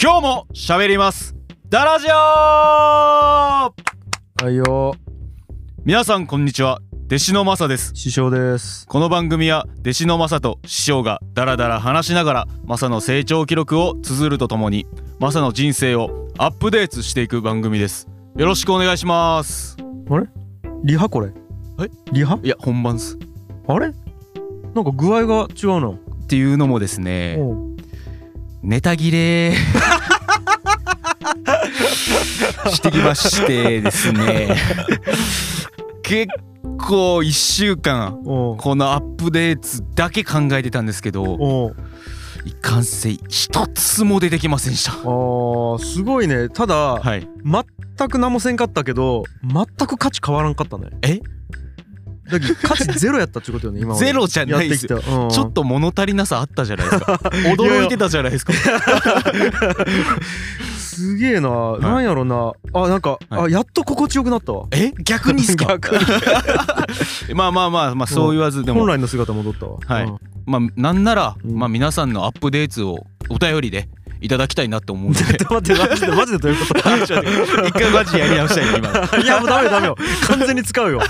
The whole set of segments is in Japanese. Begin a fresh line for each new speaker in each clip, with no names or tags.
今日も喋りますダラジオ
はいよ
皆さんこんにちは弟子のマサです
師匠です
この番組は弟子のマサと師匠がダラダラ話しながらマサの成長記録を綴るとともにマサの人生をアップデートしていく番組ですよろしくお願いします
リハこれ
え
リハ
いや本番っす
あれなんか具合が違うな
っていうのもですね
おう
ネタ切 れしてきましてです ね結構1週間
おう
このアップデートだけ考えてたんですけど
おう
いかんせん一つも出てきませんでした
あーすごいねただ、
はい
全く何もせんかったけど全く価値変わらんかったね
え
だけど価値ゼロやったっ てことよね今まで
ゼロじゃ
やっ
ない
て
で
き
す
た、
よ
うん、
ちょっと物足りなさあったじゃないです か驚いてたじゃないですか
すげえな、
い
なんやろなあなんか、
は
あやっと心地よくなったわ
え逆にっすか
逆 に
まあまあまあまあそう言わずで
本
も
来の姿戻ったわ
はい
うん
まあなんなら
うん
まあ皆さんのアップデートをお便りでいただ きたいなと思うんで
ちょっと待ってマジでマジでどういうこと
ちょっと待って一回マジやり直したいね今
いやもうダメダメよ完全に使うよ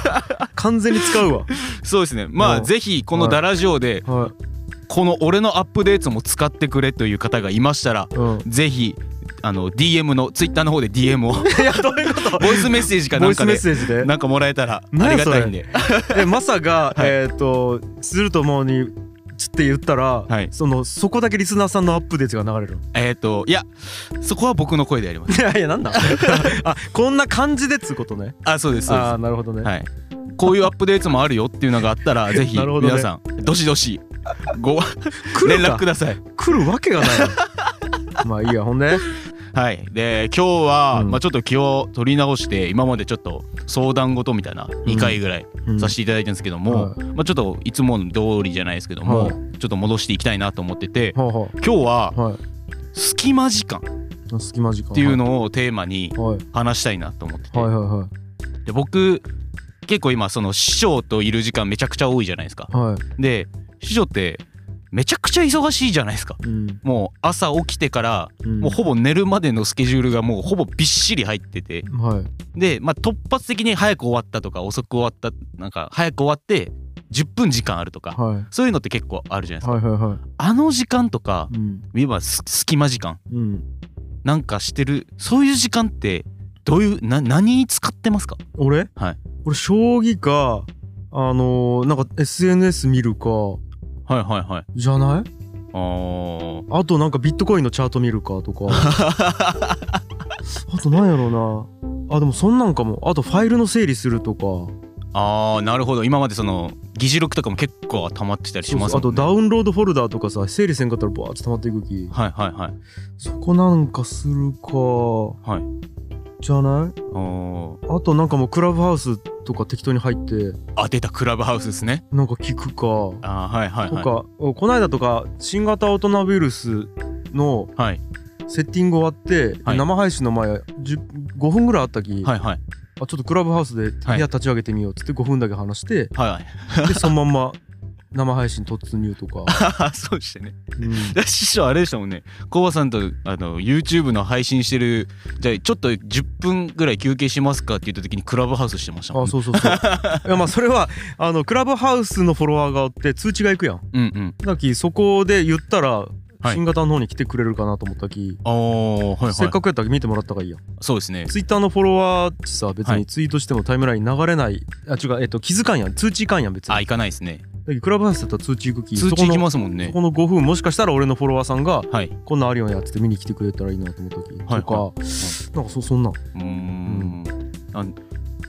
完全に使うわ
そうですねま
う
あ
ん
ぜひこの「ダラジオ」で
は
この俺のアップデートも使ってくれという方がいましたら
い、うん、
ぜひあの DM の Twitter の方で DM を
いやどういうこと
ボイスメッセージかな
ボ
ん
イス
か
メッ
で
セージで
なんかもらえたらあり
何や
が
それ
たいんで
えマサが、
はい
えっ、とすると思うにつって言ったら、
はい
そのそこだけリスナーさんのアップデートが流 れる
えっといやそこは僕の声でやります
いやいやなんだあこんな感じでっつうことね
あそうですそうで
ああーなるほどね、
すはいこういうアップデートもあるよっていうのがあったら ぜひ
なるほどね
皆さんどしどしご
来
連
る
絡
か
ください
来るわけがない まあいいやほ んで
はいで今日は、
うん
まあちょっと気を取り直して今までちょっと相談事みたいな2回ぐらいさせていただいたんですけども、
は
まあちょっといつもの通りじゃないですけども、
は
ちょっと戻していきたいなと思ってて
はあは
今日は
あはい
隙間時間っ
あ隙間時間
ていうのをテーマに
はい
話したいなと思ってて、
はいはいは
で僕結構今その師匠といる時間めちゃくちゃ多いじゃないですか
いは
で師匠ってめちゃくちゃ忙しいじゃないですか
いうん
もう朝起きてから
ん
もうほぼ寝るまでのスケジュールがもうほぼびっしり入ってて
はい
で、まあ、突発的に早く終わったとか遅く終わったなんか早く終わって10分時間あるとか
はい
そういうのって結構あるじゃないですか
はいはいは
あの時間とか
いうん
今す隙間時間
うん
なんかしてるそういう時間ってどういうな何に使ってますか
俺、
はい
俺将棋かあのーなんか SNS 見るか
はいはいはい
じゃない
あー
あとなんかビットコインのチャート見るか とかあとなんやろうなあでもそんなんかもあとファイルの整理するとか
あーなるほど今までその議事録とかも結構溜まってたりします
そうそうあ
も
と
んね
ダウンロードフォルダーとかさ整理せんかったらバーッと溜まっていくき
はいはいはい
そこなんかするか
はい
じゃない
おー
あとなんかもうクラブハウスとか適当に入って
あ出たクラブハウスですね
なんか聞くか
あーはいはい
と
はい
か、おこの間とか新型オトナウイルスの
はい
セッティング終わって、
はい
生配信の前10 5分ぐらいあったき、
はいはい
あちょっとクラブハウスで部
はい
屋立ち上げてみようっつって5分だけ話して、
はい
でそのまんま生配信突入とか、
はいそうでしたね
うん
で師匠あれでしたもんねコバさんとあの YouTube の配信してるじゃあちょっと10分ぐらい休憩しますかって言った時にクラブハウスしてましたもん
あ
ね
そうそうそういやまあそれはあのクラブハウスのフォロワーがおって通知がいくやん
うんうん
だきそこで言ったら
い
新型の方に来てくれるかなと思ったき、
あーはいはい
せっかくやったら見てもらった方がいいやん
そうですね
ツイッターのフォロワーってさ別
は
に
い
ツイートしてもタイムライン流れない、あ違う、えっと、気づかんやん通知いかんやん別に
あ行かないですね
だけどクラブハウスだったら通知行くき
通知行きますもん
そ
ね
このそこの5分もしかしたら俺のフォロワーさんが
はい
こんなんあるよんやっつって見に来てくれたらいいなと思った時とか、
はいは
なんかそそんなん
うーんあ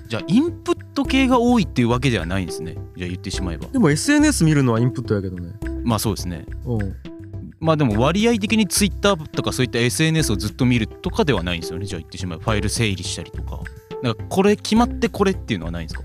じゃあインプット系が多いっていうわけではないんですねじゃあ言ってしまえば
でも SNS 見るのはインプットやけどね
まあそうですね
うん
まあでも割合的に Twitter とかそういった SNS をずっと見るとかではないんですよねじゃあ言ってしまえばファイル整理したりとかなんかこれ決まってこれっていうのはないんですか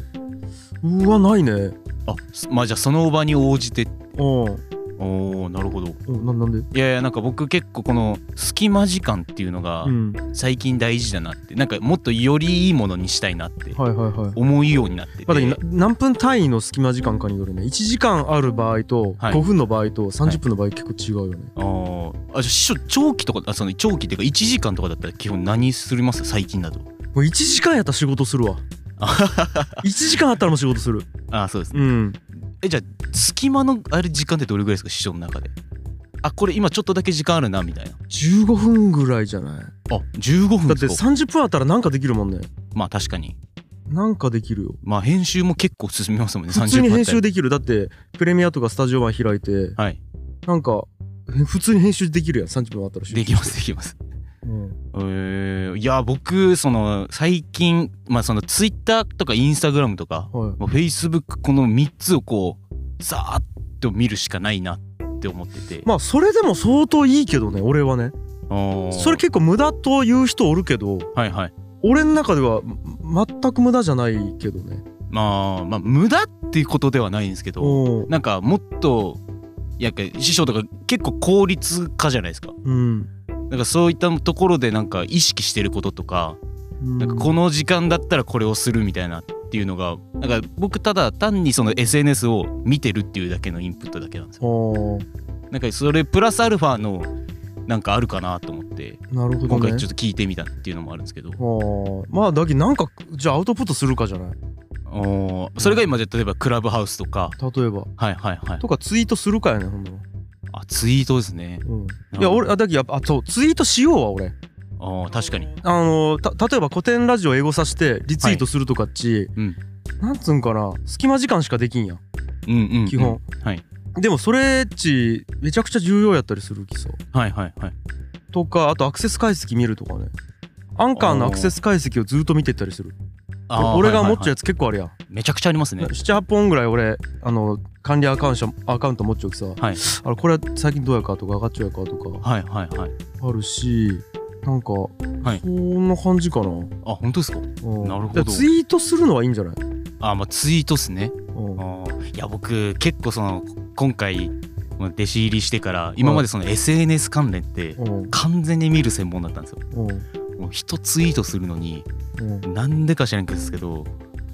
うわないね
あすまあじゃあその場に応じて
うん
おおなるほど
うんななんで
いやいやなんか僕結構この隙間時間っていうのが
うん
最近大事だなってなんかもっとよりいいものにしたいなって
はいはいはい
思うようになってて、
まあ、だけどな何分単位の隙間時間かによるね1時間ある場合と
はい
5分の場合と30分の場合結構違うよね、
あーあじゃあ師匠長期とかあその長期っていうか1時間とかだったら基本何すります最近だと
もう1時間やったら仕事する わ1時間あったらもう仕事する
あーそうですね
うん
えじゃあ隙間のあれ時間ってどれぐらいですか師匠の中であこれ今ちょっとだけ時間あるなみたいな
15分ぐらいじゃない
あ15分
だ
で
って
すか
30分あったらなんかできるもんね
まあ確かに
なんかできるよ
まあ編集も結構進みますもんね
普通に編集
で
できるだってプレミアとかスタジオ版開いて
はい
なんかえ普通に編集できるやん30分あったら集中
できますできます
うん
えー、いや僕その最近まあそのツイッターとかインスタグラムとか
はい
フェイスブックこの3つをこうザーッと見るしかないなって思ってて、
まあそれでも相当いいけどね俺はね
あー
それ結構無駄と言う人おるけど
はいはい
俺の中ではま全く無駄じゃないけどね
まあまあ無駄っていうことではないんですけど
う
なんかもっといや師匠とか結構効率化じゃないですか
ん
なんかそういったところでなんか意識してることとか
うん
なんかこの時間だったらこれをするみたいなっていうのがなんか僕ただ単にその SNS を見てるっていうだけのインプットだけなんですよ
の
なんかそれプラスアルファのなんかあるかなと思って
なるほど
今
ね
回ちょっと聞いてみたっていうのもあるんですけど
あーまあだけどなんかじゃあアウトプットするかじゃない
おーそれが今じゃあ例えばクラブハウスとか
例えば
はいはいはい
とかツイートするかやねほんなら
あツイートですね
うん
うん
いや俺あだけどやっぱあそうツイートしようわ俺
あー確かに
あのた例えば古典ラジオ英語さしてリツイートするとかっち、
うん
なんつうんかな隙間時間しかできんやん
うんうんうん、
基本、
はい
でもそれっちめちゃくちゃ重要やったりするきさ
はいはいはい
とかあとアクセス解析見るとかねアンカーのアクセス解析をずっと見てったりする
あー
俺が
はいは
持
い
っちゃうやつ結構あるやん、
はいめちゃくちゃありますね
78本ぐらい俺あの管理アカウントアカウント持っちゃうきさ、
はい
あれこれ最近どうやかとか上がっちゃうやかとか
はいはいはい
あるしなんか、
い
そんな感じかな、うん
あ本当ですかなるほど
だからツイートするのはいいんじゃない、
あまあツイートっすね
うん
あーいや僕結構その今回まあ弟子入りしてから今までその SNS 関連って
うん
完全に見る専門だったんですよ
うん
もう一ツイートするのに
うん
なんでか知らんけどですけど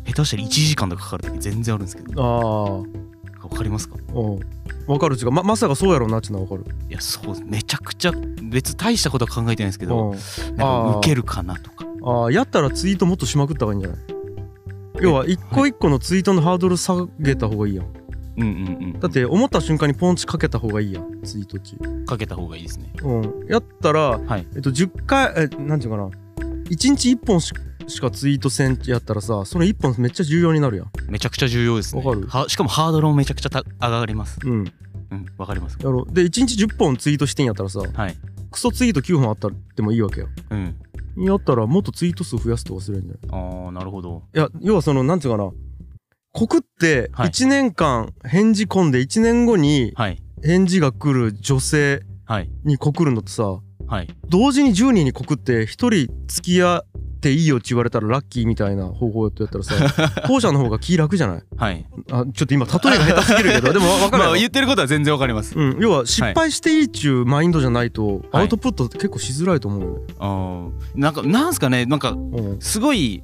下手したら1時間とかかかる時全然あるんですけど
あ
わかりますか
あうんわかる違うままさかそうやろうなっちゅうのはわかる
いやそうめちゃくちゃ別に大したことは考えてないんですけど
う
なん
ん
か受けるかなとか
ああやったらツイートもっとしまくった方がいいんじゃない要は一個一個のツイートのハードル下げた方がいいやん
うんうんうん
だって思った瞬間にポンチかけた方がいいやんツイート中
かけた方がいいですね
うんやったら、
はい
えっと10回えなんていうかな1日1本ししかツイートせんやったらさその1本めっちゃ重要になるやん
めちゃくちゃ重要ですね
わかる
はしかもハードルもめちゃくちゃた上がります
うんや
うんわかります
ろで1日10本ツイートしてんやったらさ
はい
クソツイート9本あったらでもいいわけよ
うん
やったらもっとツイート数増やすと忘れるんじゃない
ああなるほど
いや要はそのなんていうかな告って
はい
1年間返事込んで1年後に
はい
返事が来る女性
はい
に告るのってさ
はい
同時に10人に告って1人付き合っていいよって言われたらラッキーみたいな方法やった らさ後者の方が気楽じゃない
はい
あちょっと今例えが下手すぎるけ どでも分かる
まあ
よ
言ってることは全然わかります
うん、要は失敗していいっちゅうマインドじゃないと
はい
アウトプット結構しづらいと思うよね、
あーなんかなんすかねなんか
うん
すごい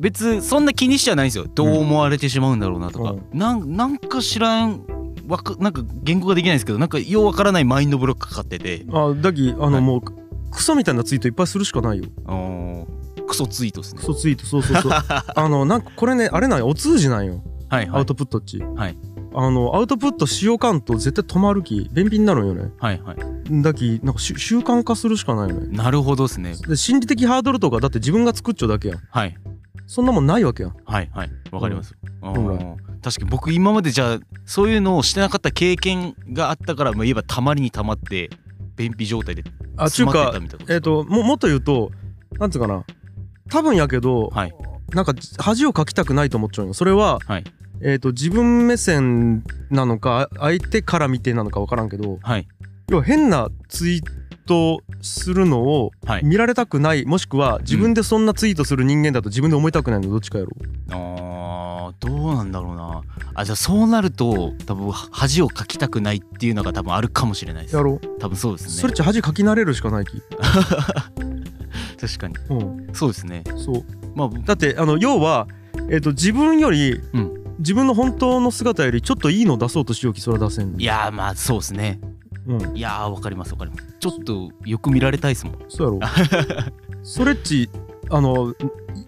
別そんな気にしちゃないんですよどう思われてしまうんだろうなとか、
う
なんなんか知らんわかなんか言語ができないんですけどなんかようわからないマインドブロックかかってて
あだきあの、
はい
もうクソみたいなツイートいっぱいするしかないよ
あークソツイートですね
クソツイートそ うそうそうあのなんかこれねあれなんよお通じなんよ
はい
ア
は
ウ
い
トプットっち、
はい
あのアウトプットしようかんと絶対止まるき便秘になるんよね
はいはい
だきなんかし習慣化するしかないよね
なるほどですね
で心理的ハードルとかだって自分が作っちゃうだけやん
はい
そんなもんないわけやん
はいはいわかります、あ
ほ
ー確かに僕今までじゃあそういうのをしてなかった経験があったからまあ言えばたまりにたまって便秘状態で
あちゅ
詰
う
まってた
か
みたいなこと
えっ、とももっと言うとなんつうかな多分やけど、
はい
なんか恥をかきたくないと思っちゃうんよそれは、
はい
えっと自分目線なのか相手から見てなのか分からんけど
はい
要は変なツイトするのを
はい
見られたくない、もしくは自分でそんなツイートする人間だと自分で思いたくないのどっちかやろ
あーどうなんだろうなあじゃあそうなると多分恥をかきたくないっていうのが多分あるかもしれないです
ろう、
多分そうですね
それっちゃ恥かき慣れるしかないき
確かに
うん
そうですね
そう
まあ
だってあの要は、えっと自分より、
うん
自分の本当の姿よりちょっといいの出そうとしようきそれは出せんの
いやーまあそうですね
うん
いやーわかりますわかりますちょっとよく見られたいですもん
そうや ろそれっちあの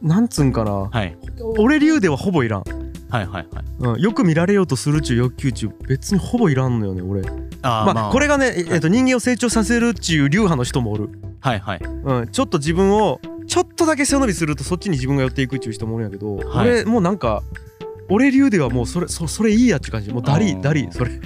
なんつうんかな
はい
俺流ではほぼいらん、
はいはいはい
うん、よく見られようとするっちゅう欲求っちゅう別にほぼいらんのよね俺
あー
まあ、これがね、え
はい
えっと人間を成長させるっちゅう流派の人もおる、
はいはい
うん、ちょっと自分をちょっとだけ背伸びするとそっちに自分が寄っていくっちゅう人もおるんやけど、
はい
俺もうなんか俺流ではもうそれそそれいいやっちゅう感じもうダ
あ
リ
ー
ダリそれ
い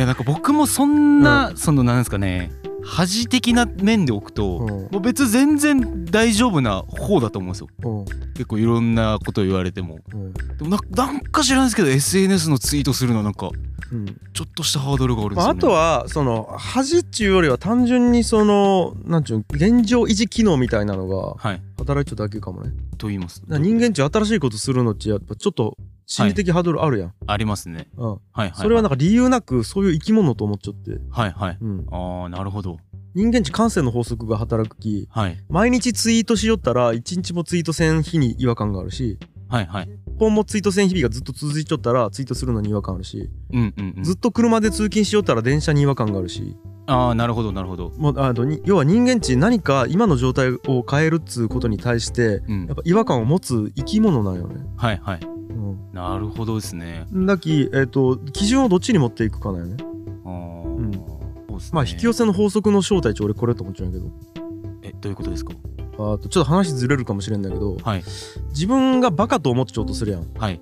やなんか僕もそんな、そのなんですかね恥的な面で置くと、
うん
もう別に全然大丈夫な方だと思うんですよ
うん
結構いろんなこと言われても
うん
でもななんか知らないですけど SNS のツイートするのはなんか
うん
ちょっとしたハードルがあるんで
ますあ、
よ、
あ
ね
とはその恥っちゅうよりは単純にそのなんちゅうの現状維持機能みたいなのが
はい
働いちゃうだけかもね
と言います
だから人間っちゅう新しいことするのっちやっぱちょっと心理的ハードルあるやん、
ありますね
うん、
はいはいはい
それはなんか理由なくそういう生き物と思っちゃって、
はいはい
うん、
ああなるほど
人間値感性の法則が働くき
はい
毎日ツイートしよったら一日もツイートせん日に違和感があるし
はいはい
本もツイートせん日々がずっと続いちょったらツイートするのに違和感あるし、
うんうん、うん
ずっと車で通勤しよったら電車に違和感があるし
ああなるほどなるほど
もうあのに要は人間値何か今の状態を変えるっつうことに対して
うん
やっぱ違和感を持つ生き物なんよね。
はいはい
うん
なるほどですね
だき、えっと基準をどっちに持っていくかなんよね。
ああ、
ん
そうっすね
まあ引き寄せの法則の正体値俺これと思っちゃうんやけど
えどういうことですか
あーとちょっと話ずれるかもしれんだけど
はい
自分がバカと思っちゃうとするやん。
はい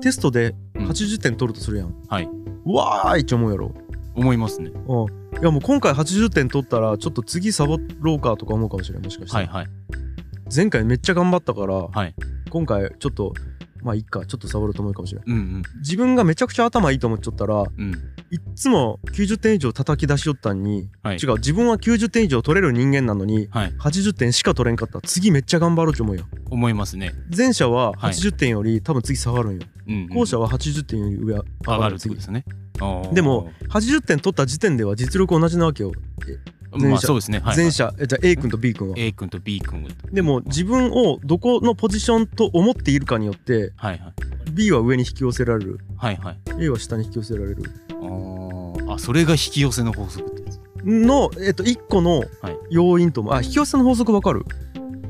テストで
うん
80点取るとするやん、
はいう
わーいって思うやろ、
思いますね
うん、いやもう今回80点取ったらちょっと次サボろうかとか思うかもしれんもしかして、
はいはい
前回めっちゃ頑張ったから、
はい
今回ちょっとまあいっかちょっとサボると思うかもしれん
うん
自分がめちゃくちゃ頭いいと思っちゃったら
うんうん
いっつも90点以上叩き出しよったんに、
はい
違う自分は90点以上取れる人間なのに
はい
80点しか取れんかった次めっちゃ頑張ろうって思うやん
思いますね
前者は
はい
80点より多分次下がるんよ、
うんうん
後者は80点より上上
上
が
が
る
るってこと
次
ですねあー
でも80点取った時点では実力同じなわけよ、前者
まあそうですねはい
前者えじゃあ A 君と B 君は
A 君と B 君を
でも自分をどこのポジションと思っているかによって
はいはい
B は上に引き寄せられる
はいはい
A は下に引き寄せられる
あーあそれが引き寄せの法則ってやつ
の、えっと、1個の
はい
要因ともあ引き寄せの法則わかる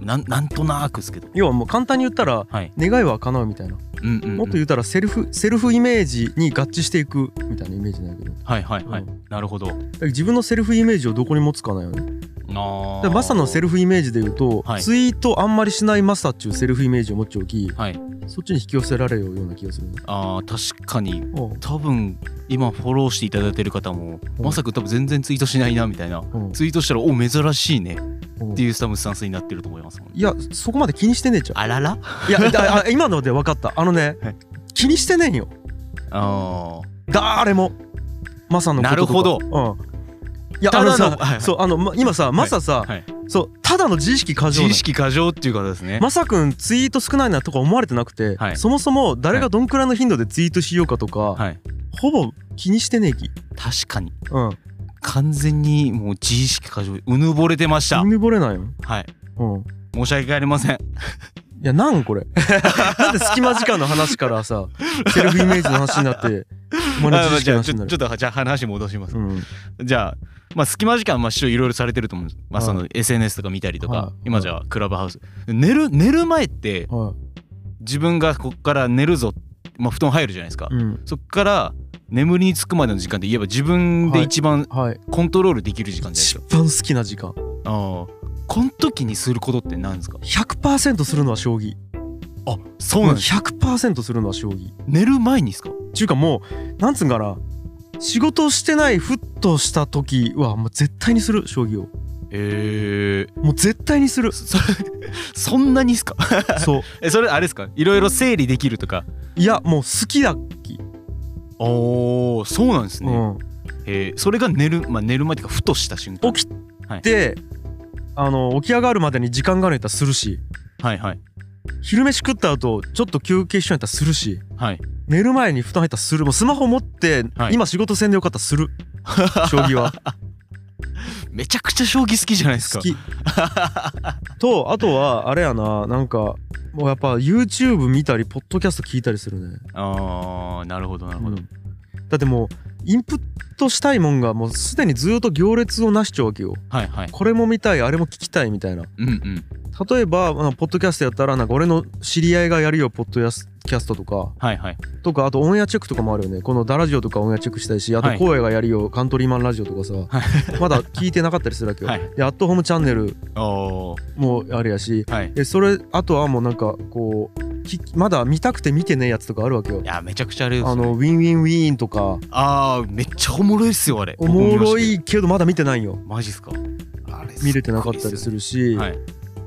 なんなんとなくですけど
要はもう簡単に言ったら
はい
願いは叶うみたいな
うんうんうん
もっと言ったらセルフセルフイメージに合致していくみたいなイメージなんやけどだか
はいはいはい、
うん
なるほど
ら自分のセルフイメージをどこに持つかなよね
あ
だからマサのセ
ル
ルフイメージで言うと、
はい
ツイートあんまりしないマサっちゅうセルフイメージを持っておき
はい
そっちに引き寄せられるような気がするね
あー確かに多分今フォローしていただいてる方も、
うん
まさか多分全然ツイートしないなみたいな
うん
ツイートしたらお珍しいね
うん
っていうスタムスタンスになってると思いますもんね
いやそこまで気にしてねえじゃ
あらら
んい やだあ今ので分かったあのね、
はい
気にしてねえんよ
あ
誰もマサのこ
なる
ととか
ほど
うんいや
た
あ
だの
のさ、
はいはい
そうあのま今さマサさ、
はい
そうただの自意識過
あ自
剰な
意識過剰っていう方ですね、
マサ君ツイート少ないなとか思われてなくて、
はい
そもそも誰がどんくらいの頻度でツイートしようかとか、
はい
ほぼ気にしてねえき
確かに
うん
完全にもう自意識過剰うぬぼれてました
耳惚れないよ
はい
うん
申し訳ありません
いやなんこれ なんで隙間時間の話からさセルフイメージの話になってお前の
あ
自
ま
意
あじゃあ
識の話
ちょち
に
ょ
な
っ
る
とじゃあ話戻します
うん
じゃあ、まあ、隙間時間、まあ、師匠いろいろされてると思うんです、まあ、
はい
その SNS とか見たりとか、
はい
今じゃあクラブハウス寝る寝る前って
は
自分がこっから寝るぞ、まあ、布団入るじゃないですか、
いうん
そっから眠りにつくまでの時間で言えば自分で一番
はい
コントロールできる時間じゃないですか、
一番好きな時間
ああこの時にすることって何ですか
100%するのは将棋
あそうなんです
100%するのは将棋
寝る前にですか
ちゅうかもうなんつうんかな仕事してないふっとした時はもう絶対にする将棋を
ええ
もう絶対にす る
そそんなにですか
そう
えそれあれですかいろいろ整理できるとか
いやもう好きだっき、
おーそうなんです
う
ね、
ん、
えーそれが寝る、まあ、寝る前というかふとした瞬間
起き
はい
であの起き上がるまでに時間があるんやったらするし
はいはい
昼飯食った後ちょっと休憩しようやったらするし
はい
寝る前に布団入ったらするもうスマホ持って、
はい
今仕事せんでよかった らする将棋は
めちゃくちゃ将棋好きじゃないですか
好きとあとはあれやななんかもうやっぱ YouTube 見たりポッドキャスト聞いたりするね
あーなるほどなるほど、
うんだってもうインプットしたいもんがもうすでにずっと行列をなしちゃうわけよ
はいはい
これも見たいあれも聞きたいみたいな
うんうん
例えばあのポッドキャストやったらなんか俺の知り合いがやるよポッドキャストとか
はいはい
とかあとオンエアチェックとかもあるよねこの「ダラジオ」とかオンエアチェックしたいしあと
はい
「声がやるよカントリーマンラジオ」とかさ、まだ聞いてなかったりするわけよ、
はい
で「アットホームチャンネル
おー」
もあれやし
はい
でそれあとはもうなんかこうきまだ見たくて見てねえやつとかあるわけよ
いやめちゃくちゃあれです
あ
よ
のウィンウィンウィーンとか
あーめっちゃおもろいっすよあれ
おもろ
僕見ましたけ
いけどまだ見てないよ
どマジっすかあれ
見れてなかったりするし
っごいっすよねはい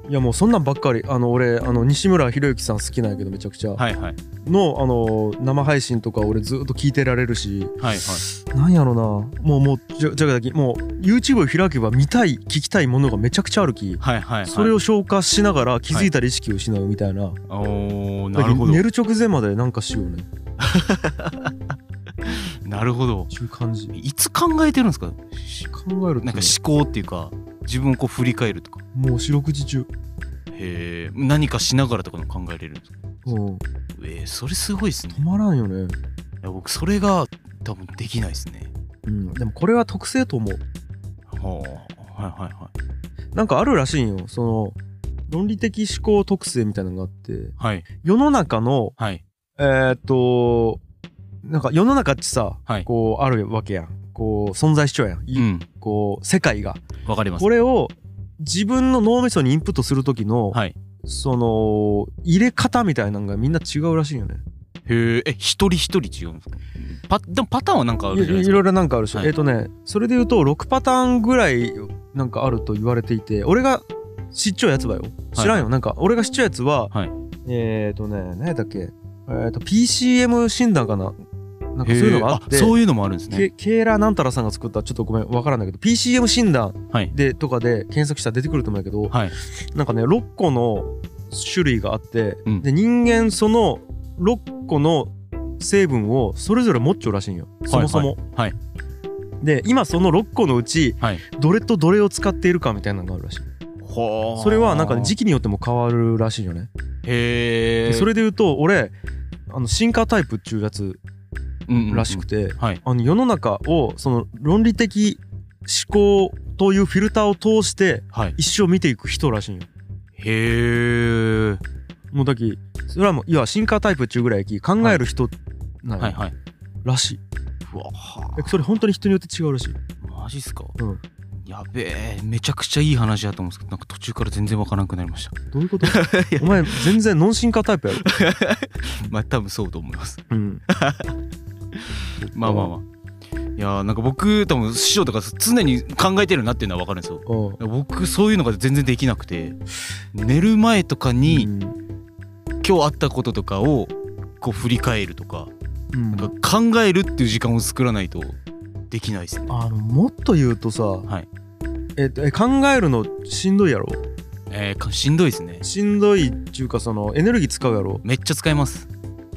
いやもうそんなんばっかりあの俺あの西村博之さん好きなんやけどめちゃくちゃ、
はいはい
のあの生配信とか俺ずっと聞いてられるし
はいはい
なんやろなもうもうじゃじゃがだきもう YouTube を開けば見たい聞きたいものがめちゃくちゃあるき、
はいはいはい
それを消化しながら気づいたら意識を失うみたいな、
おー
だ
な
け
る
ど
ほど
寝る直前までなんかしようね
なるほど
っていう感じ
いつ考えてるんですか
考えると
なんか
ね
思考っていうか自分をこう振り返るとか
もう四六時中
へえ何かしながらとかも考えれるんですか
うん
えー、それすごいですね
止まらんよね
いや僕それが多分できないですね
うんでもこれは特性と思う
はあはいはいはい
なんかあるらしいんよその論理的思考特性みたいなのがあって
はい
世の中の
はい
えーっとなんか世の中ってさ、
はい
こうあるわけやんこう存在しちゃうやん、い
うん
こう世界が
わかります
これを自分の脳みそにインプットする時の、
はい
その入れ方みたいなのがみんな違うらしいよね
へええ一人一人違うんですかパでもパターンはなんかあ
い
るじゃない
い
です
ろ
か
いろなんかあるし、
はい
えっ、とねそれで言うと6パターンぐらいなんかあると言われていて俺が知っちゃうやつばよ知らんよ、なんか俺が知っちゃうやつは、
はい
えっ、とね何やったっけえっ、と PCM 診断かななんかそ
へえ
ういうのがあって
あそういうのもあるんです
け
ね
ケーラーなんたらさんが作ったちょっとごめんわからないけど PCM 診断
はい
でとかで検索したら出てくると思うんやけど、
はい
なんかね6個の種類があって、
うん
で人間その6個の成分をそれぞれ持っちゃうらしいんよそもそも。
はい
で今その6個のうち
はい
どれとどれを使っているかみたいなのがあるらしい
ほー
それはなんかね時期によっても変わるらしいよね。
へ
で
え
それで言うと俺あの進化タイプっちゅうやつらしく
て
て、
はい
あの世の中をその論理的思考というフィルターを通して
はい
一生見ていく人らしいんよ。
へえ
もうだきそれはもういわ進化タイプっちゅうぐらいやき考える人なん
はい
や
はい
らしい、
うわ
えそれ本当に人によって違うらしい
マジっすか、
うん
やべえめちゃくちゃいい話だと思うんですけどなんか途中から全然わからなくなりました
どういうことお前全然ノン進化タイプやろ、
まあ多分そうと思います
うん、
まあまあまあいやーなんか僕多分師匠とか常に考えてるなっていうのはわかるんですよ
うん
僕そういうのが全然できなくて寝る前とかに
うん
今日あったこととかをこう振り返るとか
うん
なんか考えるっていう時間を作らないとできないですね
あのもっと言うとさ、
い
えっとえ考えるのしんどいやろ
えーか、しんどいですね
しんどいっちゅうかそのエネルギー使うやろ
めっちゃ使います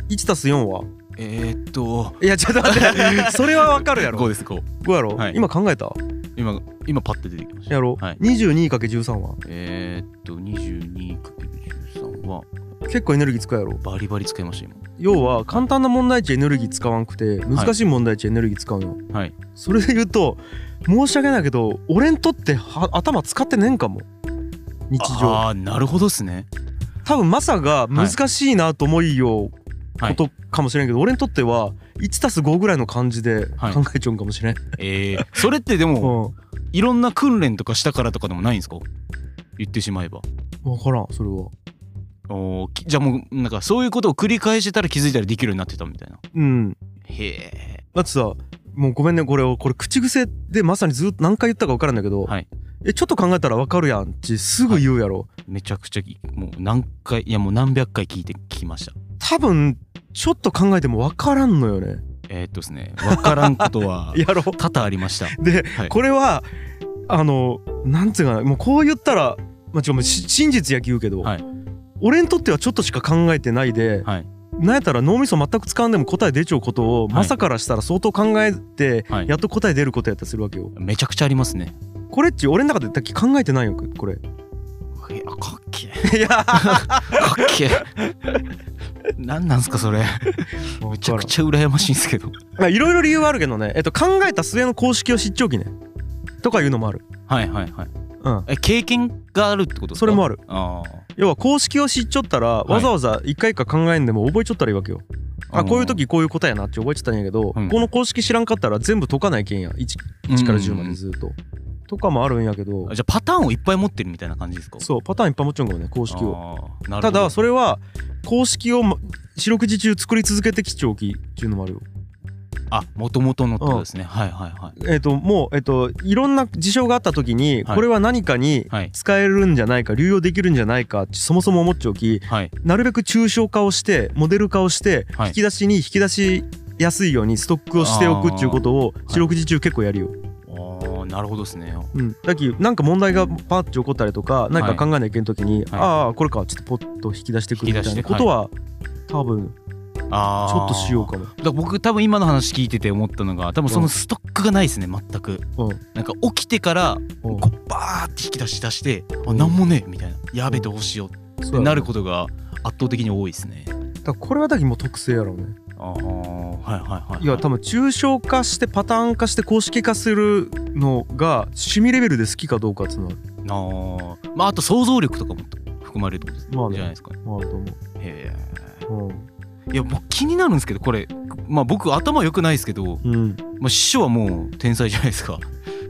1たす4は
えー、っと
いやちょっと待って それはわかるやろ
こうですこう
5やろ、
はい
今考えた
今今パッて出てきました
やろ、
はい
22×13 は
えー、っと 22×13 は
結構エネルギー使うやろ
バリバリ使いました今
要は簡単な問題値エネルギー使わんくて難しい問題値エネルギー使うの、
はい
それで言うと申し訳ないけど俺にとっては頭使ってねえんかも日常
ああなるほどっすね
多分マサが難しいなと思いよう
は
こ
い
とかもしれんけど、俺にとっては1たす5ぐらいの感じで
はい
考えちゃうんかもしれん、
えー、 それってでも
う
いろんな訓練とかしたからとかでもないんですか言ってしまえば
ん分からんそれは
おーきじゃあもうなんかそういうことを繰り返してたら気づいたらできるようになってたみたいな
うん
へえ
だってさもうごめんねこれをこれ口癖でまさにずっと何回言ったか分からんだけど、
はい
えちょっと考えたら分かるやんってすぐ言うやろ、
めちゃくちゃいいもう何回いやもう何百回聞いて聞きました
多分ちょっと考えても分からんのよね
えー、っとですねわからんことは
や ろ
多々ありました
で、
はい
これはあのなんつうかなもうこう言ったら、まあ、違うもうし真実やき言うけど、
はい
俺にとってはちょっとしか考えてないで、
はい
なんやったら脳みそ全く使わんでも答え出ちゃうことを、
い
マサからしたら相当考えて、
はい
やっと答え出ることやったりするわけよ。
めちゃくちゃありますね
これっち俺の中でだっけ考えてないよこれ。
えあかっけえ
いや
かっけえ何なんすかそれめちゃくちゃ羨ましいんすけど
まあいろいろ理由はあるけどね、えっと、考えた末の公式を知っちゃうきねとかいうのもある。
はいはいはい
うん、
え経験があるってことですか
それもある
あ
要は公式を知っちゃったら
い
わざわざ一回か考えんでも覚えちゃったらいいわけよ。
ー
あこういう時こういう答えやなって覚えちゃったんやけど、
うん
この公式知らんかったら全部解かないけんや 1,
うん
から10までずっと。とかもあるんやけど
あじゃあパターンをいっぱい持ってるみたいな感じですか
そうパターンいっぱい持っちゃうんかもね公式を。
あーなる
た
ほど
だそれは公式をま四六時中作り続けてきちゃうきっていうのもあるよ。
あ元々のってことですねはいはいはい
えっ、ともうえっ、といろんな事象があった時に
はい
これは何かに
はい
使えるんじゃないか流用できるんじゃないかってそもそも思っちゃうき
はい
なるべく抽象化をしてモデル化をして
はい
引き出しに引き出しやすいようにストックをしておくっていうことを
い
四六時中結構やるよ。
ああなるほどですね
うん、だっきなんか問題がパッて起こったりとか何か考えなきゃいけん時
はい
に、ああこれかちょっとポッと引き出してくるみたいなことは、多分
ああ
ちょっとしようかも。
だから僕多分今の話聞いてて思ったのが多分そのストックがないですね全く
うん
なんか起きてから
うん
こうバーって引き出し出してあなんもねえみたいなやべどうしようっ
そう
て
やろ
なることが圧倒的に多いですね
だからこれはだけもう特性やろうね。
ああはいはいはい
いや多分抽象化してパターン化して公式化するのが趣味レベルで好きかどうかっていうのは
あーまああと想像力とかも含まれるってこと
まあ
じゃない
ね
ですかね
まああると
へ
思
えいや僕気になるんですけどこれまあ僕頭良くないですけど、
う。うん。うん
まあ、師匠はもう天才じゃないですか、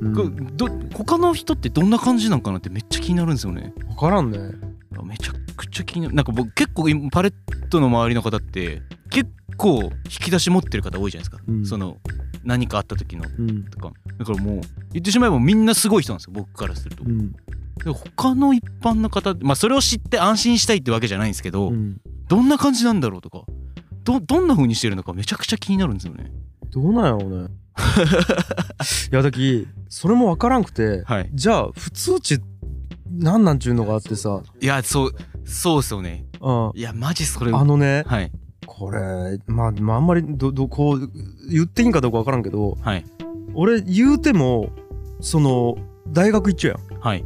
うん、
こど他の人ってどんな感じなんかなってめっちゃ気になるんですよね
分からんね。
めちゃくちゃ気になるなんか僕結構今パレットの周りの方って結構引き出し持ってる方多いじゃないですか、
うん
その何かあった時の
うん。
とかだからもう言ってしまえばみんなすごい人なんですよ僕からすると、
うん。
で他の一般の方まあそれを知って安心したいってわけじゃないんですけど、
うん
どんな感じなんだろうとかどどんな風にしてるのかめちゃくちゃ気になるんですよね
どうなんやろうね。いやだきそれも分からんくて
はい
じゃあ普通値なんなんちゅうのがあってさ、
いやそうそうですよね
うん、
いやマジそれ
あのね
はい
これまあ、まあ、あんまりどどこう言っていいんかどうか分からんけど
はい
俺言うてもその大学行っちゃう
はい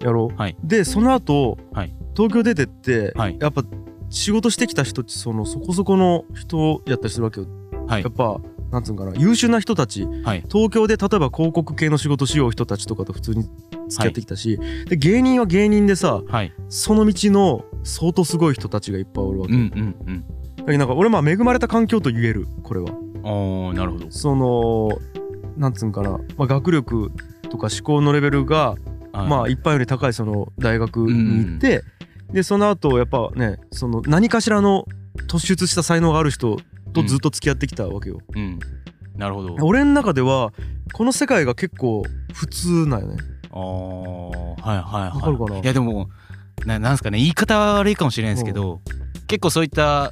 やんやろ、
はい
でその後、
はい
東京出てって、
はい
やっぱ仕事してきた人ってそのそこそこの人やったりするわけよ、
はい
やっぱなんつうんかな優秀な人たち、
はい
東京で例えば広告系の仕事しよう人たちとかと普通に付き合ってきたし、で芸人は芸人でさ
はい
その道の相当すごい人たちがいっぱいおるわけ、
うんうん
だけどなんか俺まあ恵まれた環境と言えるこれは
うんああなるほど
そのなんつうんかな、まあ、学力とか思考のレベルが、
はい
まあ一般より高いその大学に行って、でその後やっぱねその何かしらの突出した才能がある人とずっと付き合ってきたわけよ、
うんなるほど
俺の中ではこの世界が結構普通なんよね
あーはいはいはい。
わかるかない
やでもななんすかね言い方は悪いかもしれないですけど、結構そういった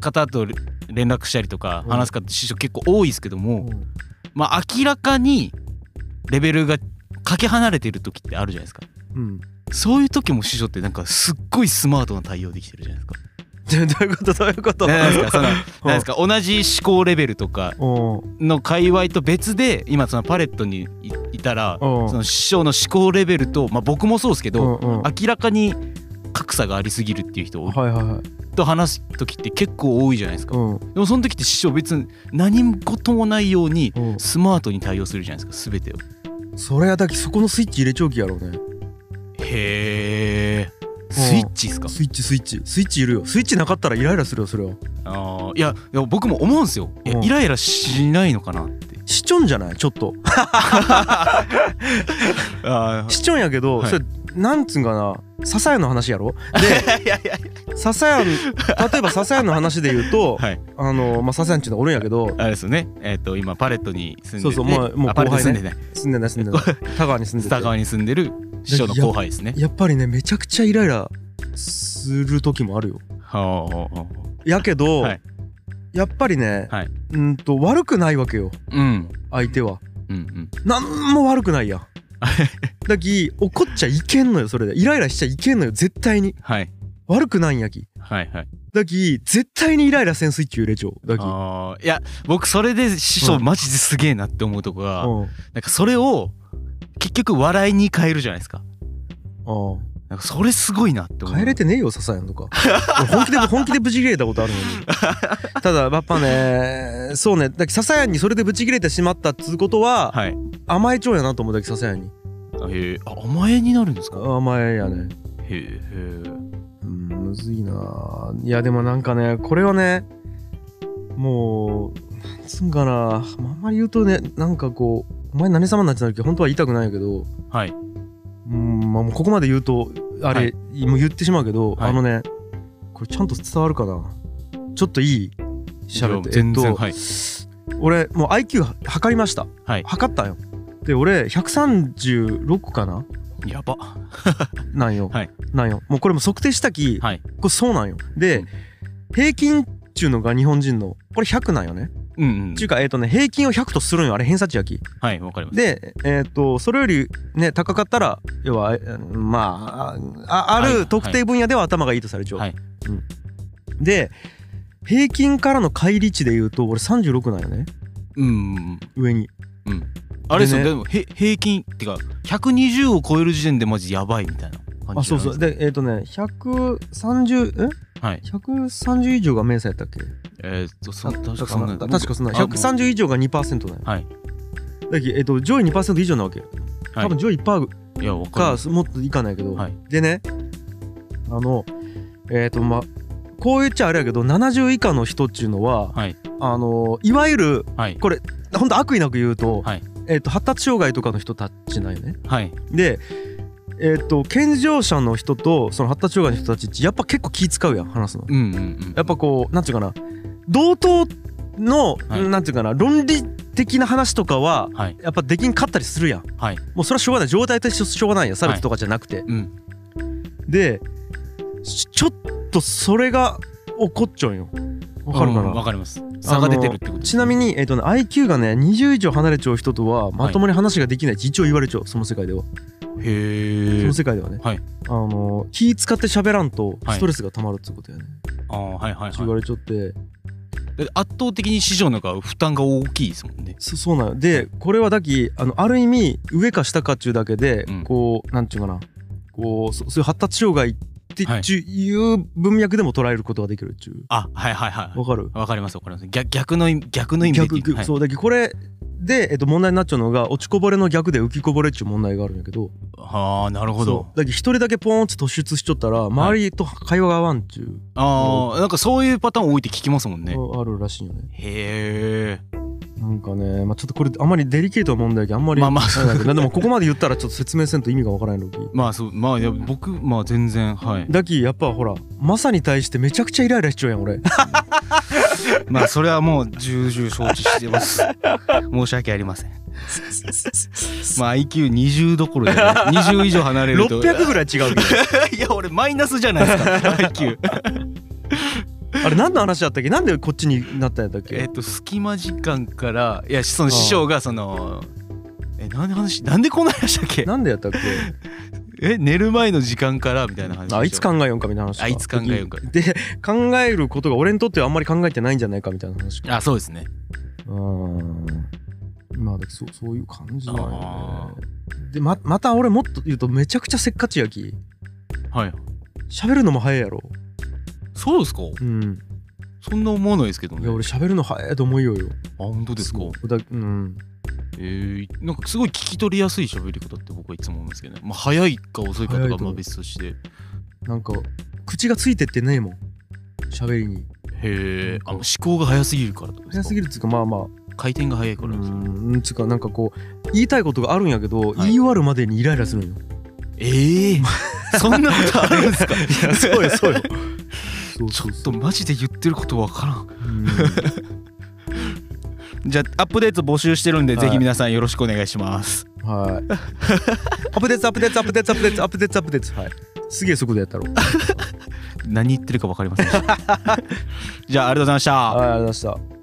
方と連連絡したりとか
うん
話す方師匠結構多いですけども、まあ明らかにレベルがかけ離れてる時ってあるじゃないですか。
うん
そういう時も師匠ってなんかすっごいスマートな対応できてるじゃないです か。
でどういうことどういうこと
なんですかそのなん
うん
ですか同じ思考レベルとか
うん
の界隈と別で今そのパレットにいいたら
うん
その師匠の思考レベルとまあ僕もそうですけど、
うんうん
明らかに格差がありすぎるっていう人
はいはいはい
と話す時って結構多いじゃないですか、
うん
でもその時って師匠別に何事もないように
うん
スマートに対応するじゃないですか全てを
それやだきそこのスイッチ入れちょうきやろうね
へえスイッチですか
スイッチスイッチスイッチいるよスイッチなかったらイライラするよそれは
あーいやいや僕も思うんですよいや
うん
イライラしないのかなって
しちょんじゃないちょっと
あ
しちょんやけど、
はい
それなんつうんかな笹谷の話やろで
いやいや
笹谷の例えば笹谷の話で言うと、
はい
あのまあ笹谷っちゅうのはおるんやけど
あれですよねえっ、と今パレットに住んで
そうそうもう
え
もう
あパレットに
後
住
輩
ん
ね
でない
住んでない住んでない田川に住んで
スタ
て
川に住んでる師匠の後輩ですね
やっぱりねめちゃくちゃイライラする時もあるよ
はあはあはあ
やけど、
はい
やっぱりね、
はいう
ーんと悪くないわけよ
うん
相手は
うんうん
何も悪くないやん
はいはい
だき怒っちゃいけんのよそれでイライラしちゃいけんのよ絶対に
はい
悪くないんやき
はいはい
だき絶対にイライラせんスイッチ入れちゃうだきう
あーいや僕それで師匠
うん
マジですげえなって思うとこが、
ん
なんかそれを結局笑いに変えるじゃないですか
あ
なんかそれすごいなって
あ
思う
帰れてねえよ笹山とか 俺本気で本気でブチ切れたことある のにただやっぱねそうねだき笹谷にそれでブチ切れてしまったっつうことは
はい
甘えちゃうやなと思うだき笹谷に
あへえあ甘えになるんですか
甘えやね
へえへえ
うんむずいなあいやでもなんかねこれはねもうなんつうんかなあんまり言うとねなんかこうお前何様になっちゃうけど本当は言いたくないけど
はい
うんまあもうここまで言うとあれ、もう言ってしまうけど、
はい
あのねこれちゃんと伝わるかなちょっといい喋って
全然、
えっと、
はい
俺もう IQ は測りました、
はい
測ったよで俺136かな
やば
なんよ、
はい
なんよもうこれも測定したき、
はい
これそうなんよで、
うん
平均っちゅうのが日本人のこれ100なんよね、
うんうん
ちゅうかえっ、とね平均を100とするんよあれ偏差値やき
はいわかります
でえっ、とそれよりね高かったら要はえまあああ
はいは
る
い
特定分野では頭がいいとされちゃう、
はい
うんで平均からの乖離値でいうと俺36なんよね
うんうんうん
上に
あれですよ
でね
でもへ平均ってか120を超える時点でマジやばいみたいな感
あ
じ
そう
なん
そ
で
う
す
でえっ、とね130え
はい
130以上が明細やったっけ
えーっとそ
あ
ん確か
そ
そん
んな
な
確かそんな
あもう
130以上が2%だよ
はい
だけえっと上位2%以上なわけ多分上位1%
いやわかり
か
ます
もっといかないけど、
はい
でねあのえっ、とまあこう言っちゃあれやけど70以下の人っていうのは、
はい
あのいわゆる
はい
ほんと悪意なく言うと,、
はい
えっと発達障害とかの人たちなんよね。
はい
でえっと健常者の人とその発達障害の人たちってやっぱ結構気使うやん話すの。
うんうんうん
やっぱこうなんていうかな同等の、
はい
なんていうかな論理的な話とかは
はい
やっぱできんかったりするやん
はい
もうそれはしょうがない状態としてしょうがないや差別とかじゃなくて、
うん
でちちょっとそれが起こっちゃうんよわかるか
うん
な、
わかります差が出てるってこと
ちなみに、えっとね、IQ がね20以上離れちゃう人とはまともに話ができないって一応言われちゃうその世界ではそ
へえ
の世界ではね、
はい
あの気使って喋らんと
はい
ストレスがたまるってことやね、
あーはいはい
って言わ
は
れちゃって
いで圧倒的に市場の中は負担が大きいですもんね
そそうなんよでこれはだきあのある意味上か下かっちゅうだけで、
うん
こうなんちゅうかなこうそそういう発達障害って
はい
っちゅういう文脈でも捉えることができるっちゅう
あはいはいはい
わかる
わかりますわかります逆逆の意味逆の意味でっていう
逆、
かはい
そうだきこれで、えっと、問題になっちゃうのが落ちこぼれの逆で浮きこぼれっちゅう問題があるんやけど
ああなるほど
そうだき一人だけポーンって突出しちゃったら周りと会話が合わんっちゅう、
ああなんかそういうパターン多いって聞きますもんね
あるらしいよね
へえ
なんかね、まあ、ちょっとこれあんまりデリケートな問題やけどあんまり
まあまあ
れなんやけどでもここまで言ったらちょっと説明せんと意味がわからないのき
まあそうまあいや僕まあ全然はい
だきやっぱほらマサに対してめちゃくちゃイライラしちゃうやん俺
まあそれはもう重々承知してます 申し訳ありませんまあ IQ20 どころじゃない20以上離れると
600ぐらい違う けど
いや俺マイナスじゃないです か IQ
あれ何の話だったっけなんでこっちになったんやったっ
え
け
っと隙間時間からいやその師匠がそのえ何の話なんでこんな話だっけ
なんでやったっけ
え寝る前の時間からみたいな話でしょ
あいつ考えようかみたいな話か
あいつ考えようか
で考えることが俺にとってはあんまり考えてないんじゃないかみたいな話か
あそうですね
うーんまあだきそうそういう感じなん
あ
よねでままた俺もっと言うとめちゃくちゃせっかちやき
はい
喋るのも早いやろ
そうですか
うん
そんな思わないですけど
い
ね
や俺喋るの早いと思いようよ
あ本当ですか
だうん
えー、なんかすごい聞き取りやすい喋り方って僕はいつも思うんですけどね、まあ、早いか遅いか
早い
と
と
か
思う
まあ別としてへ
なんか口がついてってねえもん喋りに
えあもう思考が早すぎるからってことです
早
か
すぎるっつうかまあまあ
回転が早いか
う
らですよね
んつうかなんかこう言いたいことがあるんやけど、
い
言い終わるまでにイライラするんよ
え えー、そんなことあるんですかいや
そうよそうよそ う
ち
そ
ょ
う
っ
そ
と
う
マジで言ってることわからん
うん
じゃあアップデート募集してるんで、
はい
ぜひ皆さんよろしくお願いします
はいアップデートアップデートアップデートアップデートアップデートアップデートはいすげえ速度やったろはい
何言ってるかわかりませんでした じゃあありがとうございました
ありがとうございました